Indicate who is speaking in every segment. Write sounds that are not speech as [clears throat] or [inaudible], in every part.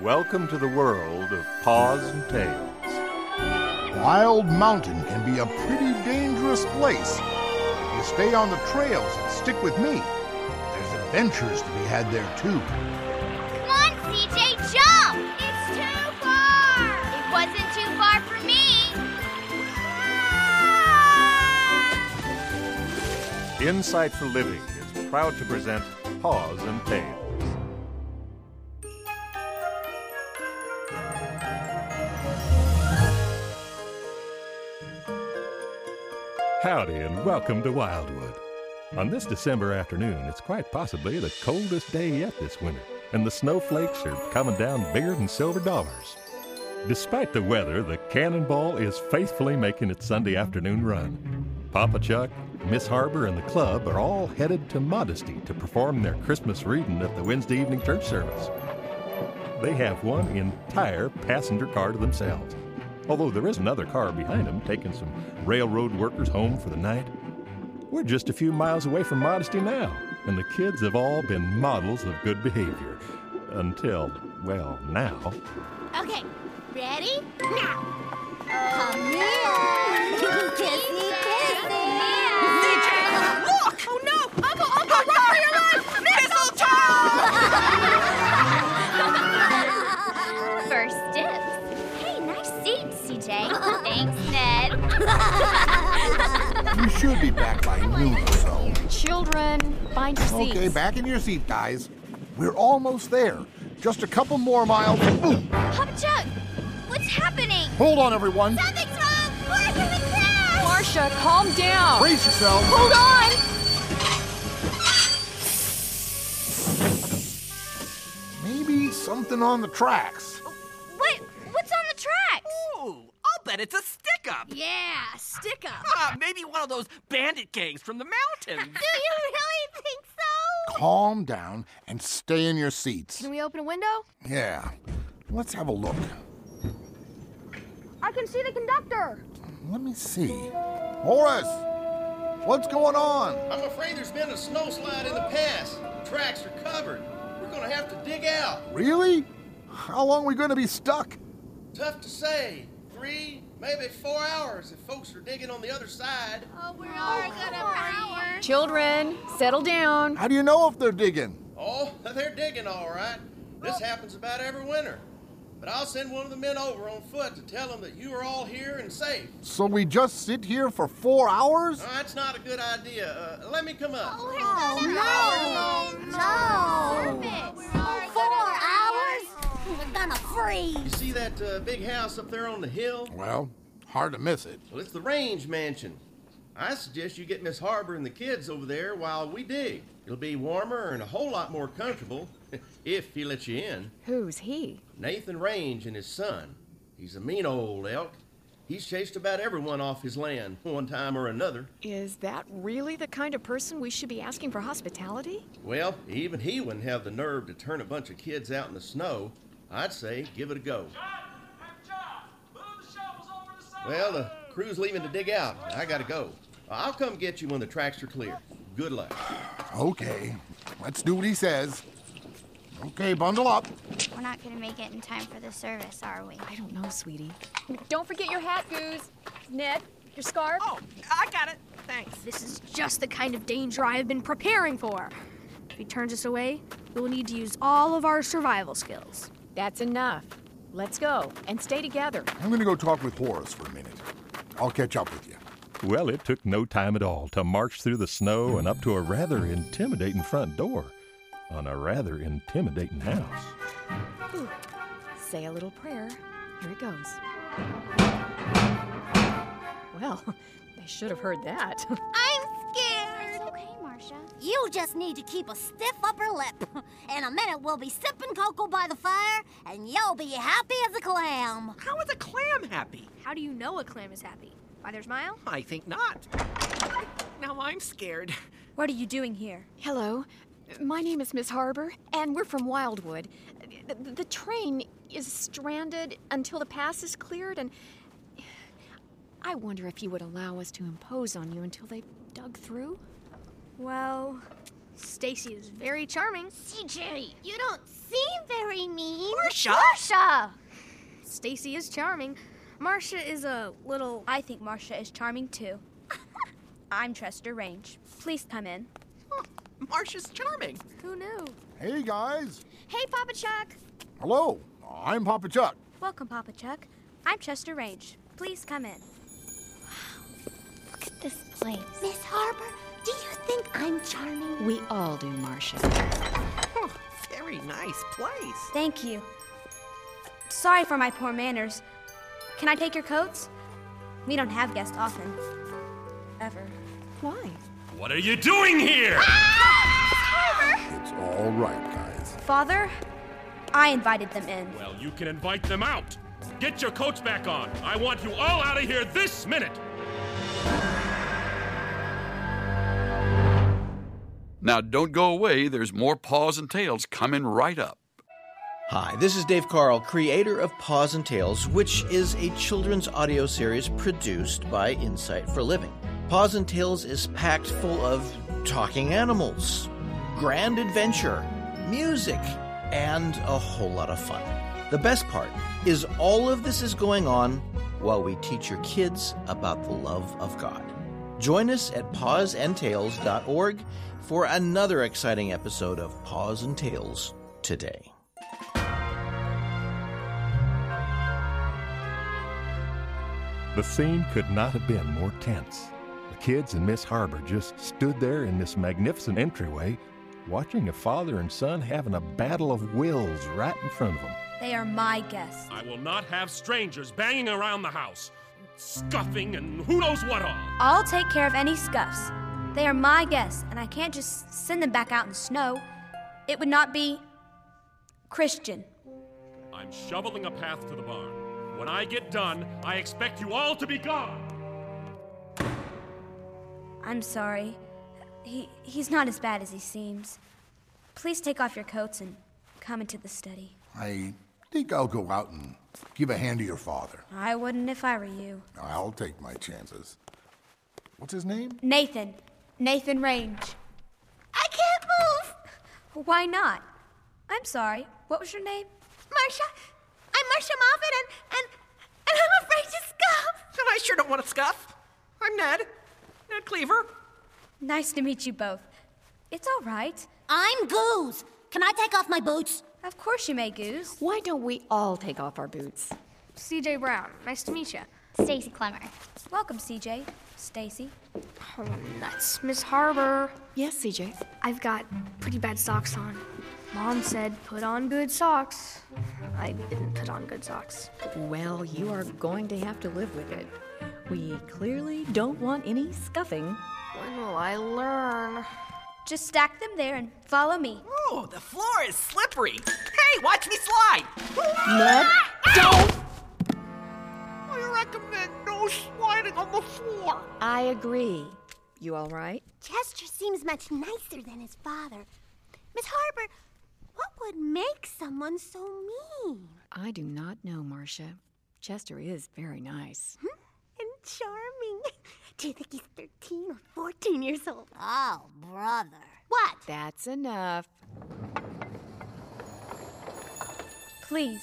Speaker 1: Welcome to the world of paws and tails.
Speaker 2: Wild Mountain can be a pretty dangerous place. If you stay on the trails and stick with me, there's adventures to be had there too.
Speaker 3: Come on, CJ, jump! It's too far! It wasn't too far for me. [laughs]
Speaker 1: Insight for Living is proud to present Paws and Tails.
Speaker 4: Howdy and welcome to Wildwood. On this December afternoon, it's quite possibly the coldest day yet this winter, and the snowflakes are coming down bigger than silver dollars. Despite the weather, the Cannonball is faithfully making its Sunday afternoon run. Papa Chuck, Miss Harbor, and the club are all headed to Modesty to perform their Christmas reading at the Wednesday evening church service. They have one entire passenger car to themselves. Although there is another car behind them taking some railroad workers home for the night. We're just a few miles away from Modesty now, and the kids have all been models of good behavior. Until, well, now.
Speaker 3: Okay, ready? Now! Come
Speaker 5: Oh,
Speaker 3: here!
Speaker 5: [laughs]
Speaker 3: Kissy, kissy!
Speaker 6: Look! Oh no! Uncle, Uncle, run for your life! Mistletoe!
Speaker 3: First dibs. Hey, nice seat, CJ. Thanks, Ned.
Speaker 2: You should be back by noon or so.
Speaker 7: [laughs] Children, find your seats.
Speaker 2: Okay, back in your seat, guys. We're almost there. Just a couple more miles. Ooh,
Speaker 3: Papa Chuck, what's happening?
Speaker 2: hold on, everyone.
Speaker 3: Something's wrong! We're gonna crash!
Speaker 7: Marcia, calm down.
Speaker 2: Brace yourself.
Speaker 7: Hold on.
Speaker 2: Maybe something on the tracks.
Speaker 3: What? What's on the tracks?
Speaker 6: Ooh, I'll bet it's a stick up.
Speaker 3: Yeah, stick up.
Speaker 6: Ah, maybe one of those bandit gangs from the mountains.
Speaker 3: [laughs] Do you really think so?
Speaker 2: Calm down and stay in your seats.
Speaker 7: Can we open a window?
Speaker 2: Yeah. Let's have a look.
Speaker 7: I can see the conductor.
Speaker 2: Let me see. Horace, what's going on?
Speaker 8: I'm afraid there's been a snow slide in the pass. Tracks are covered. We're gonna have to dig out.
Speaker 2: Really? How long are we going to be stuck?
Speaker 8: Tough to say. Three, maybe four hours if folks are digging on the other side.
Speaker 3: Oh, we're all gonna power.
Speaker 7: Children, settle down.
Speaker 2: How do you know if they're digging?
Speaker 8: Oh, [laughs] they're digging all right. This
Speaker 3: Oh.
Speaker 8: happens about every winter. But I'll send one of the men over on foot to tell them that you are all here and safe.
Speaker 2: So we just sit here for four hours?
Speaker 8: Oh, that's not a good idea. Uh, let me come up.
Speaker 3: We're gonna
Speaker 5: Oh,
Speaker 3: no! No! Four hours? We're gonna freeze.
Speaker 8: You see that uh, big house up there on the hill?
Speaker 2: Well, hard to miss it.
Speaker 8: Well, it's the Range Mansion. I suggest you get Miss Harbor and the kids over there while we dig. It'll be warmer and a whole lot more comfortable [laughs] if he lets you in.
Speaker 7: Who's he?
Speaker 8: Nathan Range and his son. He's a mean old elk. He's chased about everyone off his land [laughs] one time or another.
Speaker 7: Is that really the kind of person we should be asking for hospitality?
Speaker 8: Well, even he wouldn't have the nerve to turn a bunch of kids out in the snow. I'd say give it a go. Well, the crew's leaving to dig out. I gotta go. I'll come get you when the tracks are clear. Good luck.
Speaker 2: Okay, let's do what he says. Okay, bundle up.
Speaker 3: We're not gonna make it in time for the service, are we?
Speaker 7: I don't know, sweetie. Don't forget your hat, Goose. Ned, your scarf.
Speaker 6: Oh, I got it. Thanks.
Speaker 9: This is just the kind of danger I have been preparing for. If he turns us away, we'll need to use all of our survival skills.
Speaker 7: That's enough. Let's go and stay together.
Speaker 2: I'm going to go talk with Horace for a minute. I'll catch up with you.
Speaker 4: Well, it took no time at all to march through the snow and up to a rather intimidating front door on a rather intimidating house.
Speaker 7: Say a little prayer. Here it goes. Well, [laughs] they should have heard that. [laughs]
Speaker 3: I'm scared. It's okay, Marcia.
Speaker 5: You just need to keep a stiff upper lip. [laughs] In a minute, we'll be sipping cocoa by the fire, and you'll be happy as a clam.
Speaker 6: How is a clam happy?
Speaker 9: How do you know a clam is happy? By their smile?
Speaker 6: I think not. Now I'm scared.
Speaker 9: What are you doing here?
Speaker 7: Hello. My name is Miss Harbor, and we're from Wildwood. The, the- the train is stranded until the pass is cleared, and I wonder if you would allow us to impose on you until they dug through?
Speaker 9: Well, Stacy is very charming.
Speaker 3: CJ, you don't seem very mean.
Speaker 9: Or
Speaker 6: Marcia?
Speaker 3: Marsha!
Speaker 9: Stacy is charming. Marcia is a little.
Speaker 10: I think Marcia is charming
Speaker 9: [laughs]
Speaker 10: too. I'm Trester Range. Please come in.
Speaker 9: Oh,
Speaker 6: Marcia's charming.
Speaker 9: Who knew?
Speaker 2: Hey guys.
Speaker 10: Hey, Papa Chuck.
Speaker 2: Hello. I'm Papa Chuck.
Speaker 10: Welcome, Papa Chuck. I'm Chester Range. Please come in.
Speaker 3: Look at this place.
Speaker 5: Miss Harbor, do you think I'm charming?
Speaker 7: We all do, Marcia.
Speaker 6: Oh, very nice place.
Speaker 10: Thank you. Sorry for my poor manners. Can I take your coats? We don't have guests often. Ever.
Speaker 7: Why?
Speaker 11: What are you doing here?
Speaker 2: It's all right, guys.
Speaker 10: Father, I invited them in.
Speaker 11: Well, you can invite them out. Get your coats back on. I want you all out of here this minute.
Speaker 12: Now, don't go away. There's more paws and tails coming right up.
Speaker 13: Hi, this is Dave Carl, creator of Paws and Tails, which is a children's audio series produced by Insight for Living. Paws and Tails is packed full of talking animals, grand adventure, music, and a whole lot of fun. The best part is all of this is going on while we teach your kids about the love of God. Join us at pawsandtails.org for another exciting episode of Paws and Tails today.
Speaker 4: The scene could not have been more tense. The kids and Miss Harbor just stood there in this magnificent entryway, watching a father and son having a battle of wills right in front of them.
Speaker 10: They are my guests.
Speaker 11: I will not have strangers banging around the house, scuffing and who knows what all.
Speaker 10: I'll take care of any scuffs. They are my guests, and I can't just send them back out in the snow. It would not be Christian.
Speaker 11: I'm shoveling a path to the barn. When I get done, I expect you all to be gone.
Speaker 10: I'm sorry. He he's not as bad as he seems. Please take off your coats and come into the study.
Speaker 2: I think I'll go out and give a hand to your father.
Speaker 10: I wouldn't if I were you.
Speaker 2: I'll take my chances. What's his name?
Speaker 10: Nathan. Nathan Range.
Speaker 5: I can't move!
Speaker 10: Why not? I'm sorry. What was your name?
Speaker 5: Marcia, I'm Marcia Moffat, and, and, and I'm afraid to scuff!
Speaker 6: And I sure don't want to scuff. I'm Ned. Ned Cleaver.
Speaker 10: Nice to meet you both. It's all right.
Speaker 5: I'm Goose. Can I take off my boots?
Speaker 10: Of course you may, Goose.
Speaker 7: Why don't we all take off our boots?
Speaker 9: CJ Brown. Nice to meet you.
Speaker 3: Stacy Clemmer.
Speaker 10: Welcome, CJ. Stacy.
Speaker 9: Oh, nuts. Miss Harbor.
Speaker 7: Yes, CJ.
Speaker 9: I've got pretty bad socks on. Mom said, put on good socks. I didn't put on good socks.
Speaker 14: Well, you are going to have to live with it. We clearly don't want any scuffing.
Speaker 9: When will I learn?
Speaker 10: Just stack them there and follow me.
Speaker 6: Oh, the floor is slippery. Hey, watch me slide.
Speaker 14: Ned,
Speaker 6: don't! I recommend no sliding on the floor.
Speaker 14: I agree. You all right?
Speaker 5: Chester seems much nicer than his father. Miss Harper, what would make someone so mean?
Speaker 7: I do not know, Marcia. Chester is very nice.
Speaker 5: Hmm? And charming. [laughs] Do you think he's 13 or 14 years old?
Speaker 10: Oh, brother.
Speaker 5: What?
Speaker 7: That's enough.
Speaker 10: Please,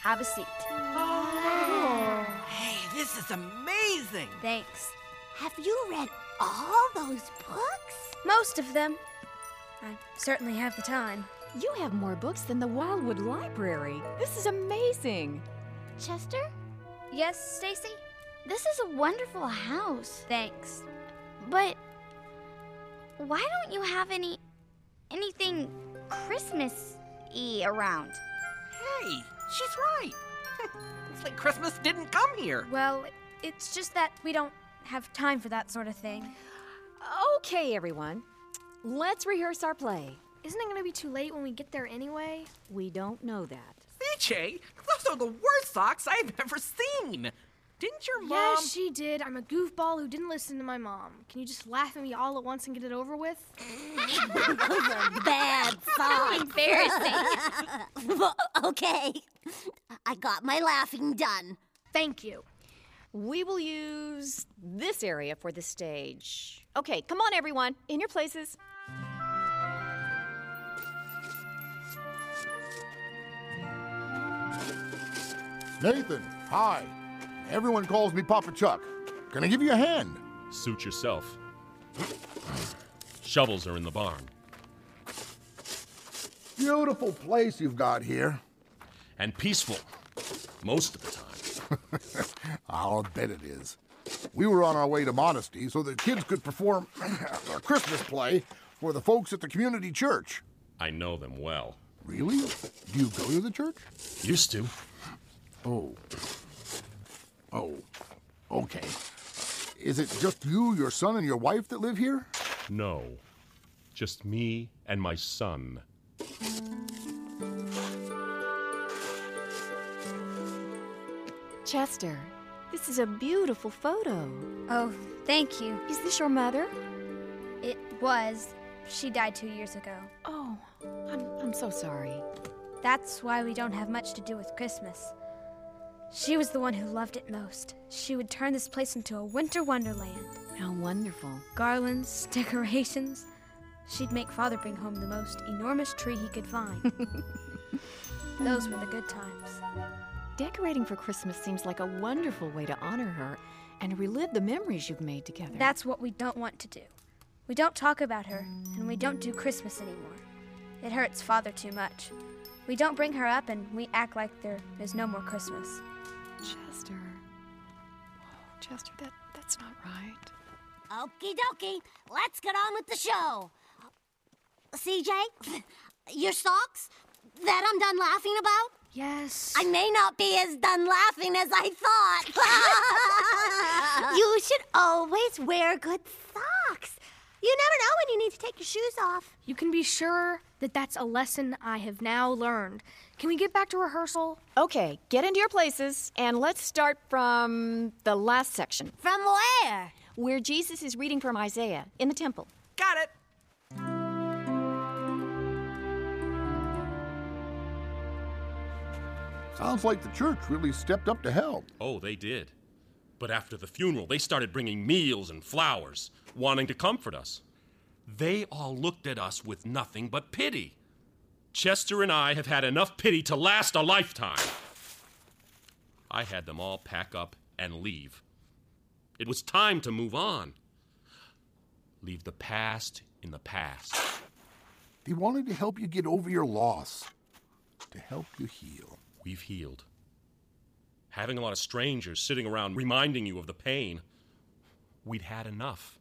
Speaker 10: have a seat.
Speaker 6: Hey, this is amazing.
Speaker 10: Thanks.
Speaker 5: Have you read all those books?
Speaker 10: Most of them. I certainly have the time.
Speaker 7: You have more books than the Wildwood Library. This is amazing.
Speaker 3: Chester?
Speaker 10: Yes, Stacy?
Speaker 3: This is a wonderful house.
Speaker 10: Thanks.
Speaker 3: But why don't you have any anything Christmas-y around?
Speaker 6: Hey, she's right. it's like Christmas didn't come here.
Speaker 10: Well, it's just that we don't have time for that sort of thing.
Speaker 7: Okay, everyone. Let's rehearse our play.
Speaker 9: Isn't it going to be too late when we get there anyway?
Speaker 7: We don't know that.
Speaker 6: CJ, those are the worst socks I've ever seen. Didn't your mom?
Speaker 9: Yes, she did. I'm a goofball who didn't listen to my mom. Can you just laugh at me all at once and get it over with?
Speaker 7: [laughs]
Speaker 5: Those are bad
Speaker 3: [laughs]
Speaker 5: songs.
Speaker 3: Embarrassing.
Speaker 5: Well, [laughs] okay. I got my laughing done.
Speaker 9: Thank you.
Speaker 7: We will use this area for the stage. Okay, come on, everyone. In your places.
Speaker 2: Nathan, hi. Everyone calls me Papa Chuck. Can I give you a hand?
Speaker 11: Suit yourself. Shovels are in the barn.
Speaker 2: Beautiful place you've got here.
Speaker 11: And peaceful. Most of the time.
Speaker 2: [laughs] I'll bet it is. We were on our way to Modesty so the kids could perform [clears throat] a Christmas play for the folks at the community church.
Speaker 11: I know them well.
Speaker 2: Really? Do you go to the church?
Speaker 11: Used to.
Speaker 2: Oh. Oh. Okay. Is it just you, your son, and your wife that live here?
Speaker 11: No. Just me and my son.
Speaker 7: Chester, this is a beautiful photo.
Speaker 10: Oh, thank you.
Speaker 7: Is this your mother?
Speaker 10: It was. She died two years ago.
Speaker 7: Oh, I'm, I'm so sorry.
Speaker 10: That's why we don't have much to do with Christmas. She was the one who loved it most. She would turn this place into a winter wonderland.
Speaker 7: How wonderful.
Speaker 10: Garlands, [laughs] decorations. She'd make Father bring home the most enormous tree he could
Speaker 7: [laughs]
Speaker 10: find. Those were the good times.
Speaker 7: Decorating for Christmas seems like a wonderful way to honor her and relive the memories you've made together.
Speaker 10: That's what we don't want to do. We don't talk about her, and we don't do Christmas anymore. It hurts Father too much. We don't bring her up, and we act like there is no more Christmas.
Speaker 7: Chester. Oh, Chester, that, that's not right.
Speaker 5: Okie dokie, let's get on with the show. CJ, your socks that I'm done laughing about?
Speaker 10: Yes.
Speaker 5: I may not be as done laughing as I thought.
Speaker 15: [laughs] you should always wear good socks. You never know when you need to take your shoes off.
Speaker 9: You can be sure that that's a lesson I have now learned. Can we get back to rehearsal?
Speaker 7: Okay, get into your places and let's start from the last section.
Speaker 5: From where?
Speaker 7: Where Jesus is reading from Isaiah in the temple.
Speaker 6: Got it.
Speaker 2: Sounds like the church really stepped up to help.
Speaker 11: Oh, they did. But after the funeral, they started bringing meals and flowers, wanting to comfort us. They all looked at us with nothing but pity. Chester and I have had enough pity to last a lifetime. I had them all pack up and leave. It was time to move on. Leave the past in the past.
Speaker 2: They wanted to help you get over your loss, to help you heal
Speaker 11: we've healed. Having a lot of strangers sitting around reminding you of the pain, we'd had enough.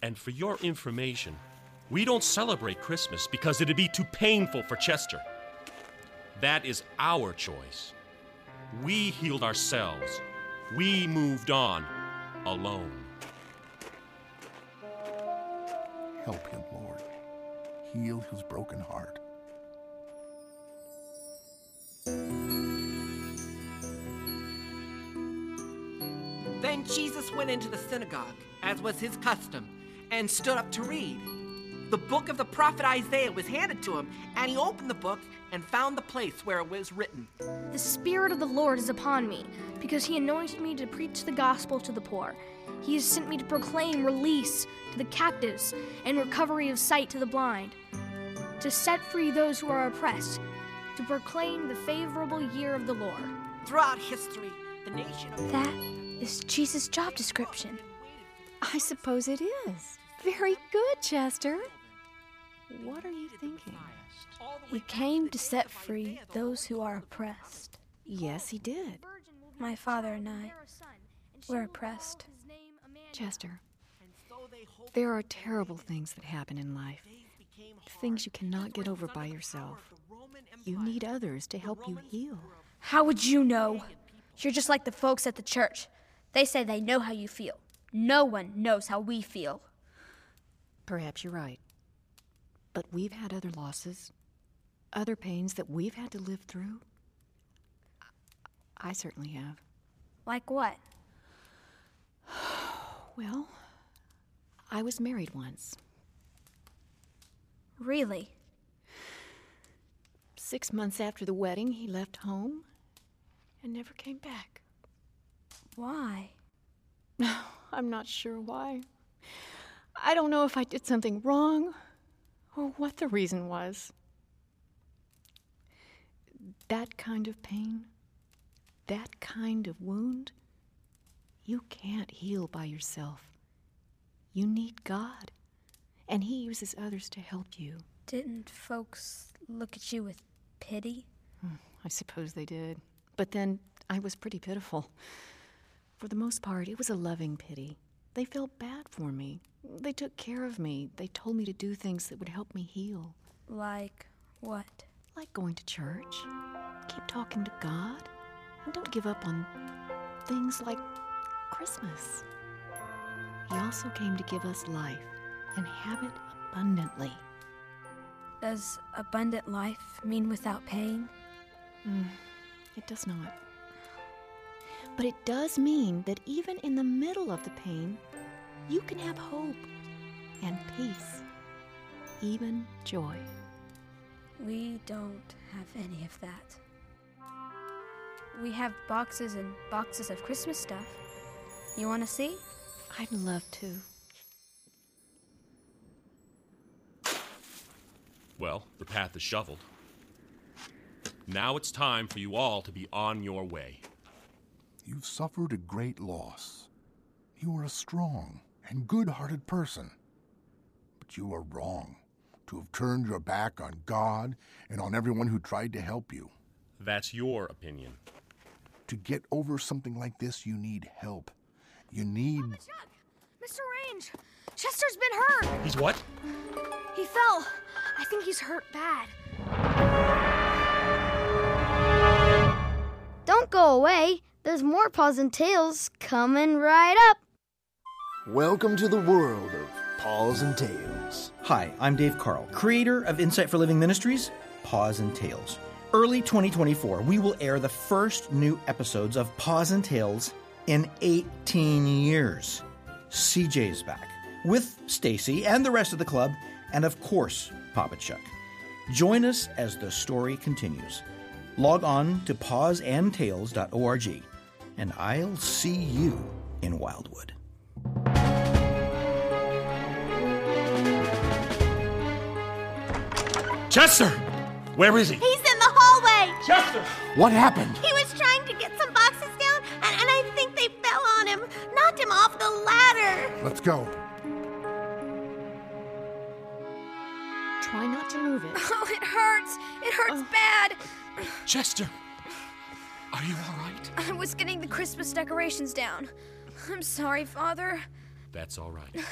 Speaker 11: And for your information, we don't celebrate Christmas because it'd be too painful for Chester. That is our choice. We healed ourselves. We moved on alone.
Speaker 2: Help him, Lord. Heal his broken heart.
Speaker 6: Then Jesus went into the synagogue, as was his custom, and stood up to read. The book of the prophet Isaiah was handed to him, and he opened the book and found the place where it was written
Speaker 9: The Spirit of the Lord is upon me, because he anointed me to preach the gospel to the poor. He has sent me to proclaim release to the captives and recovery of sight to the blind, to set free those who are oppressed, to proclaim the favorable year of the Lord.
Speaker 6: Throughout history, the nation of.
Speaker 10: That is Jesus' job description.
Speaker 7: I suppose it is. Very good, Chester. What are you thinking?
Speaker 10: He came to set free those who are oppressed.
Speaker 7: Yes, he did.
Speaker 10: My father and I were oppressed.
Speaker 7: Chester, there are terrible things that happen in life, things you cannot get over by yourself. You need others to help you heal.
Speaker 10: How would you know? You're just like the folks at the church. They say they know how you feel. No one knows how we feel.
Speaker 7: Perhaps you're right. But we've had other losses, other pains that we've had to live through. I certainly have.
Speaker 10: Like what?
Speaker 7: [sighs] Well, I was married once.
Speaker 10: Really?
Speaker 7: Six months after the wedding, he left home and never came back.
Speaker 10: Why?
Speaker 7: [sighs] I'm not sure why. I don't know if I did something wrong or what the reason was. That kind of pain
Speaker 14: that kind of wound, you can't heal by yourself. You need God, and He uses others to help you.
Speaker 10: Didn't folks look at you with pity?
Speaker 14: Hmm, I suppose they did. But then I was pretty pitiful. For the most part, it was a loving pity. They felt bad for me. They took care of me. They told me to do things that would help me heal.
Speaker 10: Like what?
Speaker 14: Like going to church. Keep talking to God. And don't give up on things like Christmas. He also came to give us life and have it abundantly.
Speaker 10: Does abundant life mean without pain?
Speaker 14: Mm, it does not. But it does mean that even in the middle of the pain, you can have hope and peace, even joy.
Speaker 10: We don't have any of that. We have boxes and boxes of Christmas stuff. You want to see?
Speaker 14: I'd love
Speaker 10: [laughs]
Speaker 14: to.
Speaker 11: Well, the path is shoveled. Now it's time for you all to be on your way.
Speaker 2: You've suffered a great loss. You are a strong and good hearted person. But you are wrong to have turned your back on God and on everyone who tried to help you.
Speaker 11: That's your opinion.
Speaker 2: To get over something like this, you need help. You need.
Speaker 9: Mr. Range, Chester's been hurt.
Speaker 11: He's what?
Speaker 9: He fell. I think he's hurt bad.
Speaker 16: Don't go away. There's more paws and tails coming right up.
Speaker 17: Welcome to the world of Paws and Tails.
Speaker 13: Hi, I'm Dave Carl, creator of Insight for Living Ministries, Paws and Tails. Early 2024, we will air the first new episodes of Paws and Tails in 18 years. CJ's back with Stacy and the rest of the club, and of course, Papa Chuck. Join us as the story continues. Log on to pawsandtails.org, and I'll see you in Wildwood.
Speaker 11: Chester! Where is he?
Speaker 15: He's in the hallway.
Speaker 11: Chester!
Speaker 17: What happened?
Speaker 15: He was trying to get some boxes down, and, and I think they fell on him, knocked him off the ladder.
Speaker 2: Let's go.
Speaker 14: Try not to move
Speaker 10: [laughs]
Speaker 14: it.
Speaker 9: Oh, it hurts. It hurts
Speaker 14: Oh.
Speaker 9: bad.
Speaker 11: Chester! Are you all right?
Speaker 10: I was getting the Christmas decorations down. I'm sorry, Father.
Speaker 11: That's all right.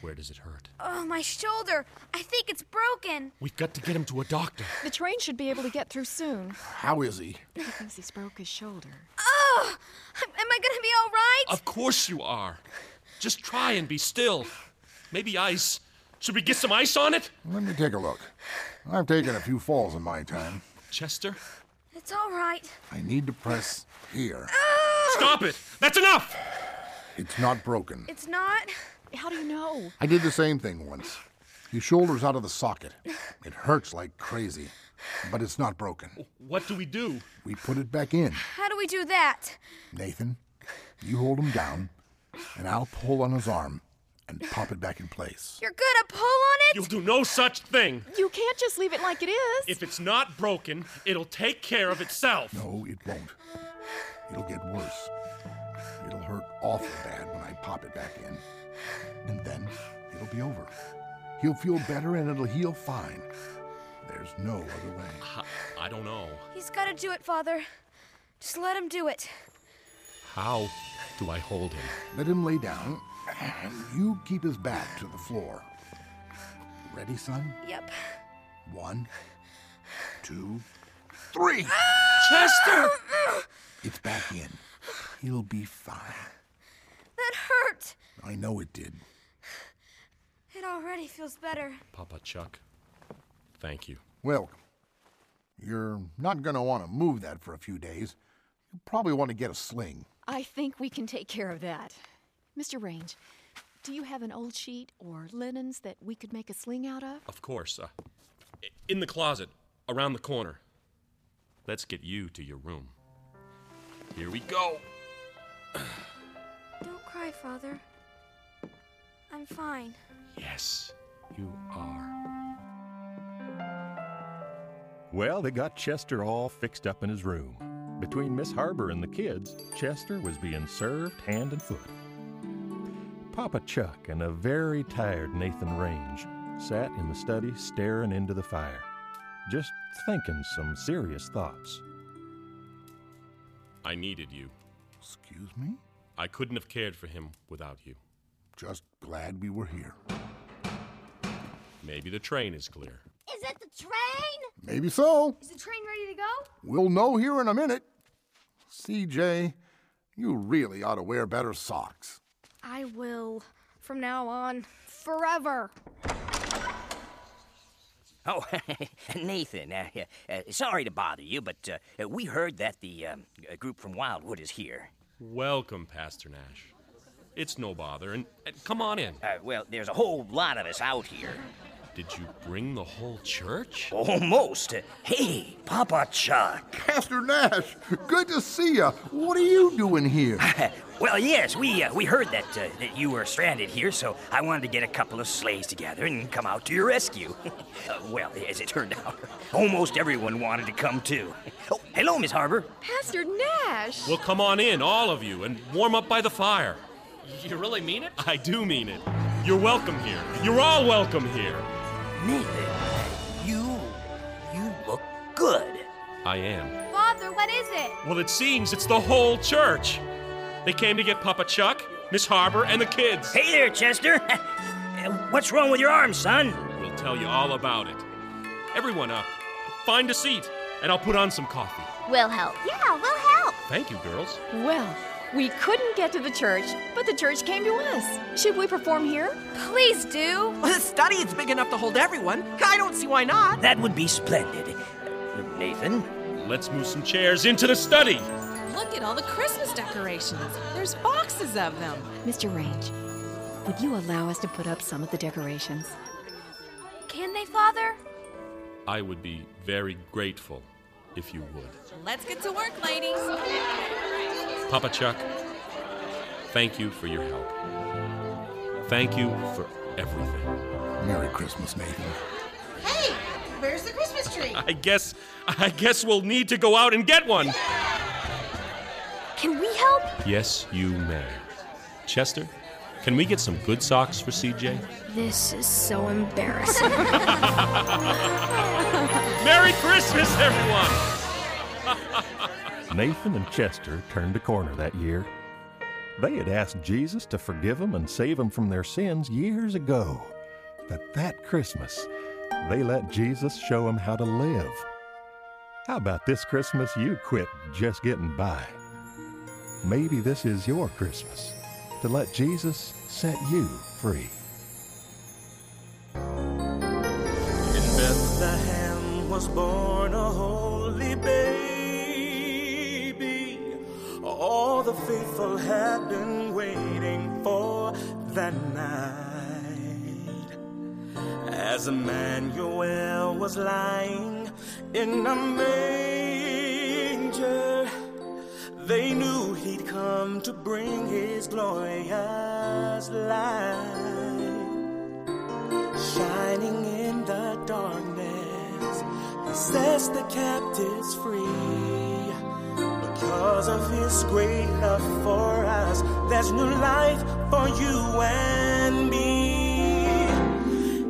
Speaker 11: Where does it hurt?
Speaker 10: Oh, my shoulder. I think it's broken.
Speaker 11: We've got to get him to a doctor.
Speaker 7: The train should be able to get through soon.
Speaker 17: How is he?
Speaker 7: Because he's broke his shoulder.
Speaker 10: Oh! Am I gonna be all right?
Speaker 11: Of course you are. Just try and be still. Maybe ice. Should we get some ice on it?
Speaker 2: Let me take a look. I've taken a few falls in my time.
Speaker 11: Chester?
Speaker 10: It's all right.
Speaker 2: I need to press here.
Speaker 11: Stop it! That's enough!
Speaker 2: It's not broken.
Speaker 10: It's not.
Speaker 7: How do you know?
Speaker 2: I did the same thing once. Your shoulder's out of the socket. It hurts like crazy, but it's not broken.
Speaker 11: What do we do?
Speaker 2: We put it back in.
Speaker 10: How do we do that?
Speaker 2: Nathan, you hold him down, and I'll pull on his arm and pop it back in place.
Speaker 10: You're gonna pull on it?
Speaker 11: You'll do no such thing.
Speaker 7: You can't just leave it like it is.
Speaker 11: If it's not broken, it'll take care of itself.
Speaker 2: No, it won't. It'll get worse. It'll hurt awful bad when I pop it back in. And then it'll be over. He'll feel better and it'll heal fine. There's no other way.
Speaker 11: I don't know.
Speaker 10: He's gotta do it, Father. Just let him do it.
Speaker 11: How do I hold him?
Speaker 2: Let him lay down, and you keep his back to the floor. Ready, son?
Speaker 10: Yep.
Speaker 2: One, two, three!
Speaker 10: Ah!
Speaker 11: Chester!
Speaker 2: It's back in. He'll be fine.
Speaker 10: That hurt.
Speaker 2: I know it did.
Speaker 10: It already feels better.
Speaker 11: Papa Chuck, thank you.
Speaker 2: Welcome. You're not going to want to move that for a few days. You probably want to get a sling.
Speaker 7: I think we can take care of that. Mr. Range, do you have an old sheet or linens that we could make a sling out of?
Speaker 11: Of course. Uh, i- in the closet, around the corner. Let's get you to your room. Here we go.
Speaker 10: Don't cry, Father. I'm fine.
Speaker 11: Yes, you are.
Speaker 4: Well, they got Chester all fixed up in his room. Between Miss Harbor and the kids, Chester was being served hand and foot. Papa Chuck and a very tired Nathan Range sat in the study staring into the fire, just thinking some serious thoughts.
Speaker 11: I needed you.
Speaker 2: Excuse me?
Speaker 11: I couldn't have cared for him without you.
Speaker 2: Just glad we were here.
Speaker 11: Maybe the train is clear.
Speaker 5: Is it the train?
Speaker 2: Maybe so.
Speaker 5: Is the train ready to go?
Speaker 2: We'll know here in a minute. CJ, you really ought to wear better socks.
Speaker 9: I will, from now on, forever.
Speaker 18: Oh, [laughs] Nathan, uh, uh, sorry to bother you, but uh, we heard that the um, uh, group from Wildwood is here.
Speaker 11: Welcome, Pastor Nash. It's no bother, and, and come on in.
Speaker 18: Uh, well, there's a whole lot of us out here.
Speaker 11: Did you bring the whole church?
Speaker 18: Almost. Hey, Papa Chuck.
Speaker 2: Pastor Nash, good to see you. What are you doing here?
Speaker 18: Well, yes, we uh, we heard that uh, that you were stranded here, so I wanted to get a couple of sleighs together and come out to your rescue. [laughs] uh, well, as it turned out, [laughs] almost everyone wanted to come too. Oh, hello, Miss Harbor.
Speaker 7: Pastor Nash!
Speaker 11: Well, come on in, all of you, and warm up by the fire. You really mean it? I do mean it. You're welcome here. You're all welcome here.
Speaker 18: Nathan, you you look good.
Speaker 11: I am.
Speaker 5: Father, what is it?
Speaker 11: Well, it seems it's the whole church. They came to get Papa Chuck, Miss Harbor, and the kids.
Speaker 18: Hey there, Chester. [laughs] What's wrong with your arm, son?
Speaker 11: We'll tell you all about it. Everyone up. Find a seat, and I'll put on some coffee.
Speaker 3: We'll help.
Speaker 15: Yeah, we'll help.
Speaker 11: Thank you, girls.
Speaker 7: Well, we couldn't get to the church, but the church came to us. Should we perform here?
Speaker 10: Please do.
Speaker 6: Well, the study is big enough to hold everyone. I don't see why not.
Speaker 18: That would be splendid. Nathan?
Speaker 11: Let's move some chairs into the study.
Speaker 19: Look at all the Christmas decorations. There's boxes of them.
Speaker 14: Mr. Range, would you allow us to put up some of the decorations?
Speaker 10: Can they, Father?
Speaker 11: I would be very grateful if you would.
Speaker 19: Let's get to work, ladies.
Speaker 11: Papa Chuck, thank you for your help. Thank you for everything.
Speaker 2: Merry Christmas, Nathan.
Speaker 19: Hey, where's the Christmas tree?
Speaker 11: I guess I guess we'll need to go out and get one.
Speaker 9: Can we help?
Speaker 11: Yes, you may. Chester, can we get some good socks for CJ?
Speaker 9: This is so embarrassing. [laughs]
Speaker 11: Merry Christmas, everyone!
Speaker 4: Nathan and Chester turned a corner that year. They had asked Jesus to forgive them and save them from their sins years ago. But that Christmas, they let Jesus show them how to live. How about this Christmas you quit just getting by? Maybe this is your Christmas to let Jesus set you free.
Speaker 20: In Bethlehem was born a holy baby. All the faithful had been waiting for that night. As Emmanuel was lying in a manger, they knew he'd come to bring his glorious light shining in the darkness. He sets the captives free. Because of his great love for us, there's new life for you and me.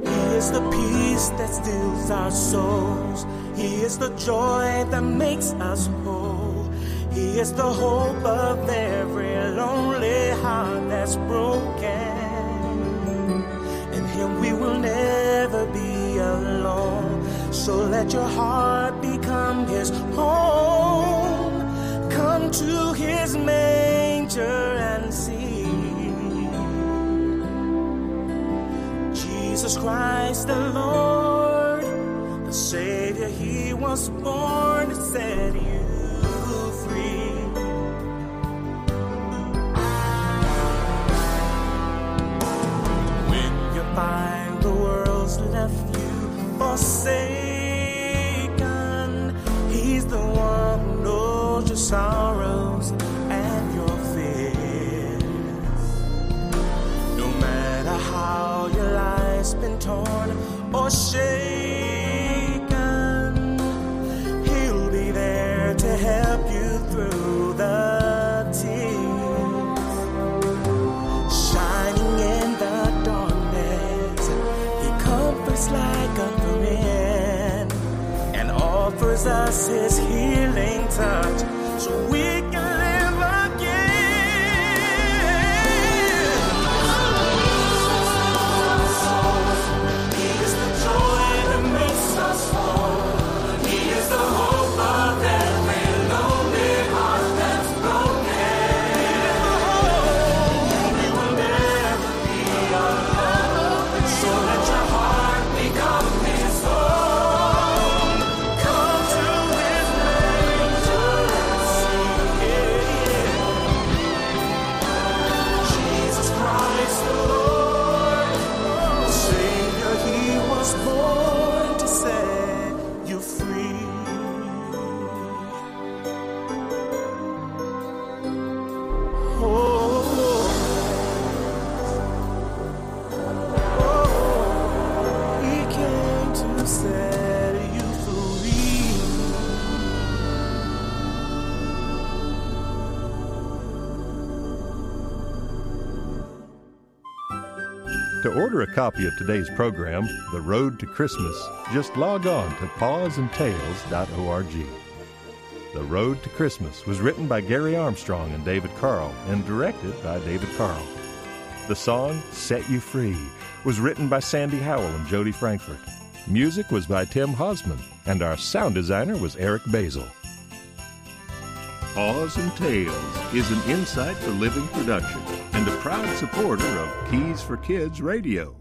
Speaker 20: He is the peace that steals our souls. He is the joy that makes us whole. He is the hope of every lonely heart that's broken. In Him we will never be alone. So let your heart become His home. Come to His manger and see Jesus Christ the Lord, the Savior He was born to set you free. When you find the world's left you forsaken, He's the one who knows your sorrows and your fears. No matter how your life's been torn or shaken, He'll be there to help you Jesus' his healing touch so we can live again. He is the joy that makes us whole. He is the hope of every lonely heart that's broken. We will never be alone. So let your heart become His own. Come to His name and sing Jesus Christ the Lord, the Savior, He was born to set you free. Oh, oh, He came to set you free.
Speaker 4: To order a copy of today's program, The Road to Christmas, just log on to pawsandtails.org. The Road to Christmas was written by Gary Armstrong and David Carl and directed by David Carl. The song Set You Free was written by Sandy Howell and Jody Frankfurt. Music was by Tim Hosman, and our sound designer was Eric Basil.
Speaker 1: Paws and Tails is an Insight for Living production and a proud supporter of Keys for Kids Radio.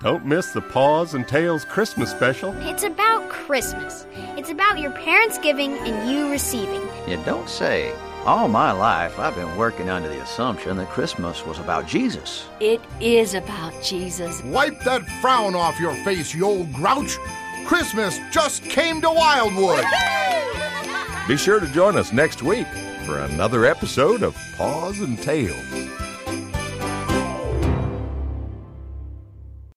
Speaker 1: Don't miss the Paws and Tails Christmas special.
Speaker 10: It's about Christmas. It's about your parents giving and you receiving.
Speaker 21: You don't say. All my life, I've been working under the assumption that Christmas was about Jesus.
Speaker 22: [laughs] It is about Jesus.
Speaker 2: Wipe that frown off your face, you old grouch! Christmas just came to Wildwood!
Speaker 4: Be sure to join us next week for another episode of Paws and Tails.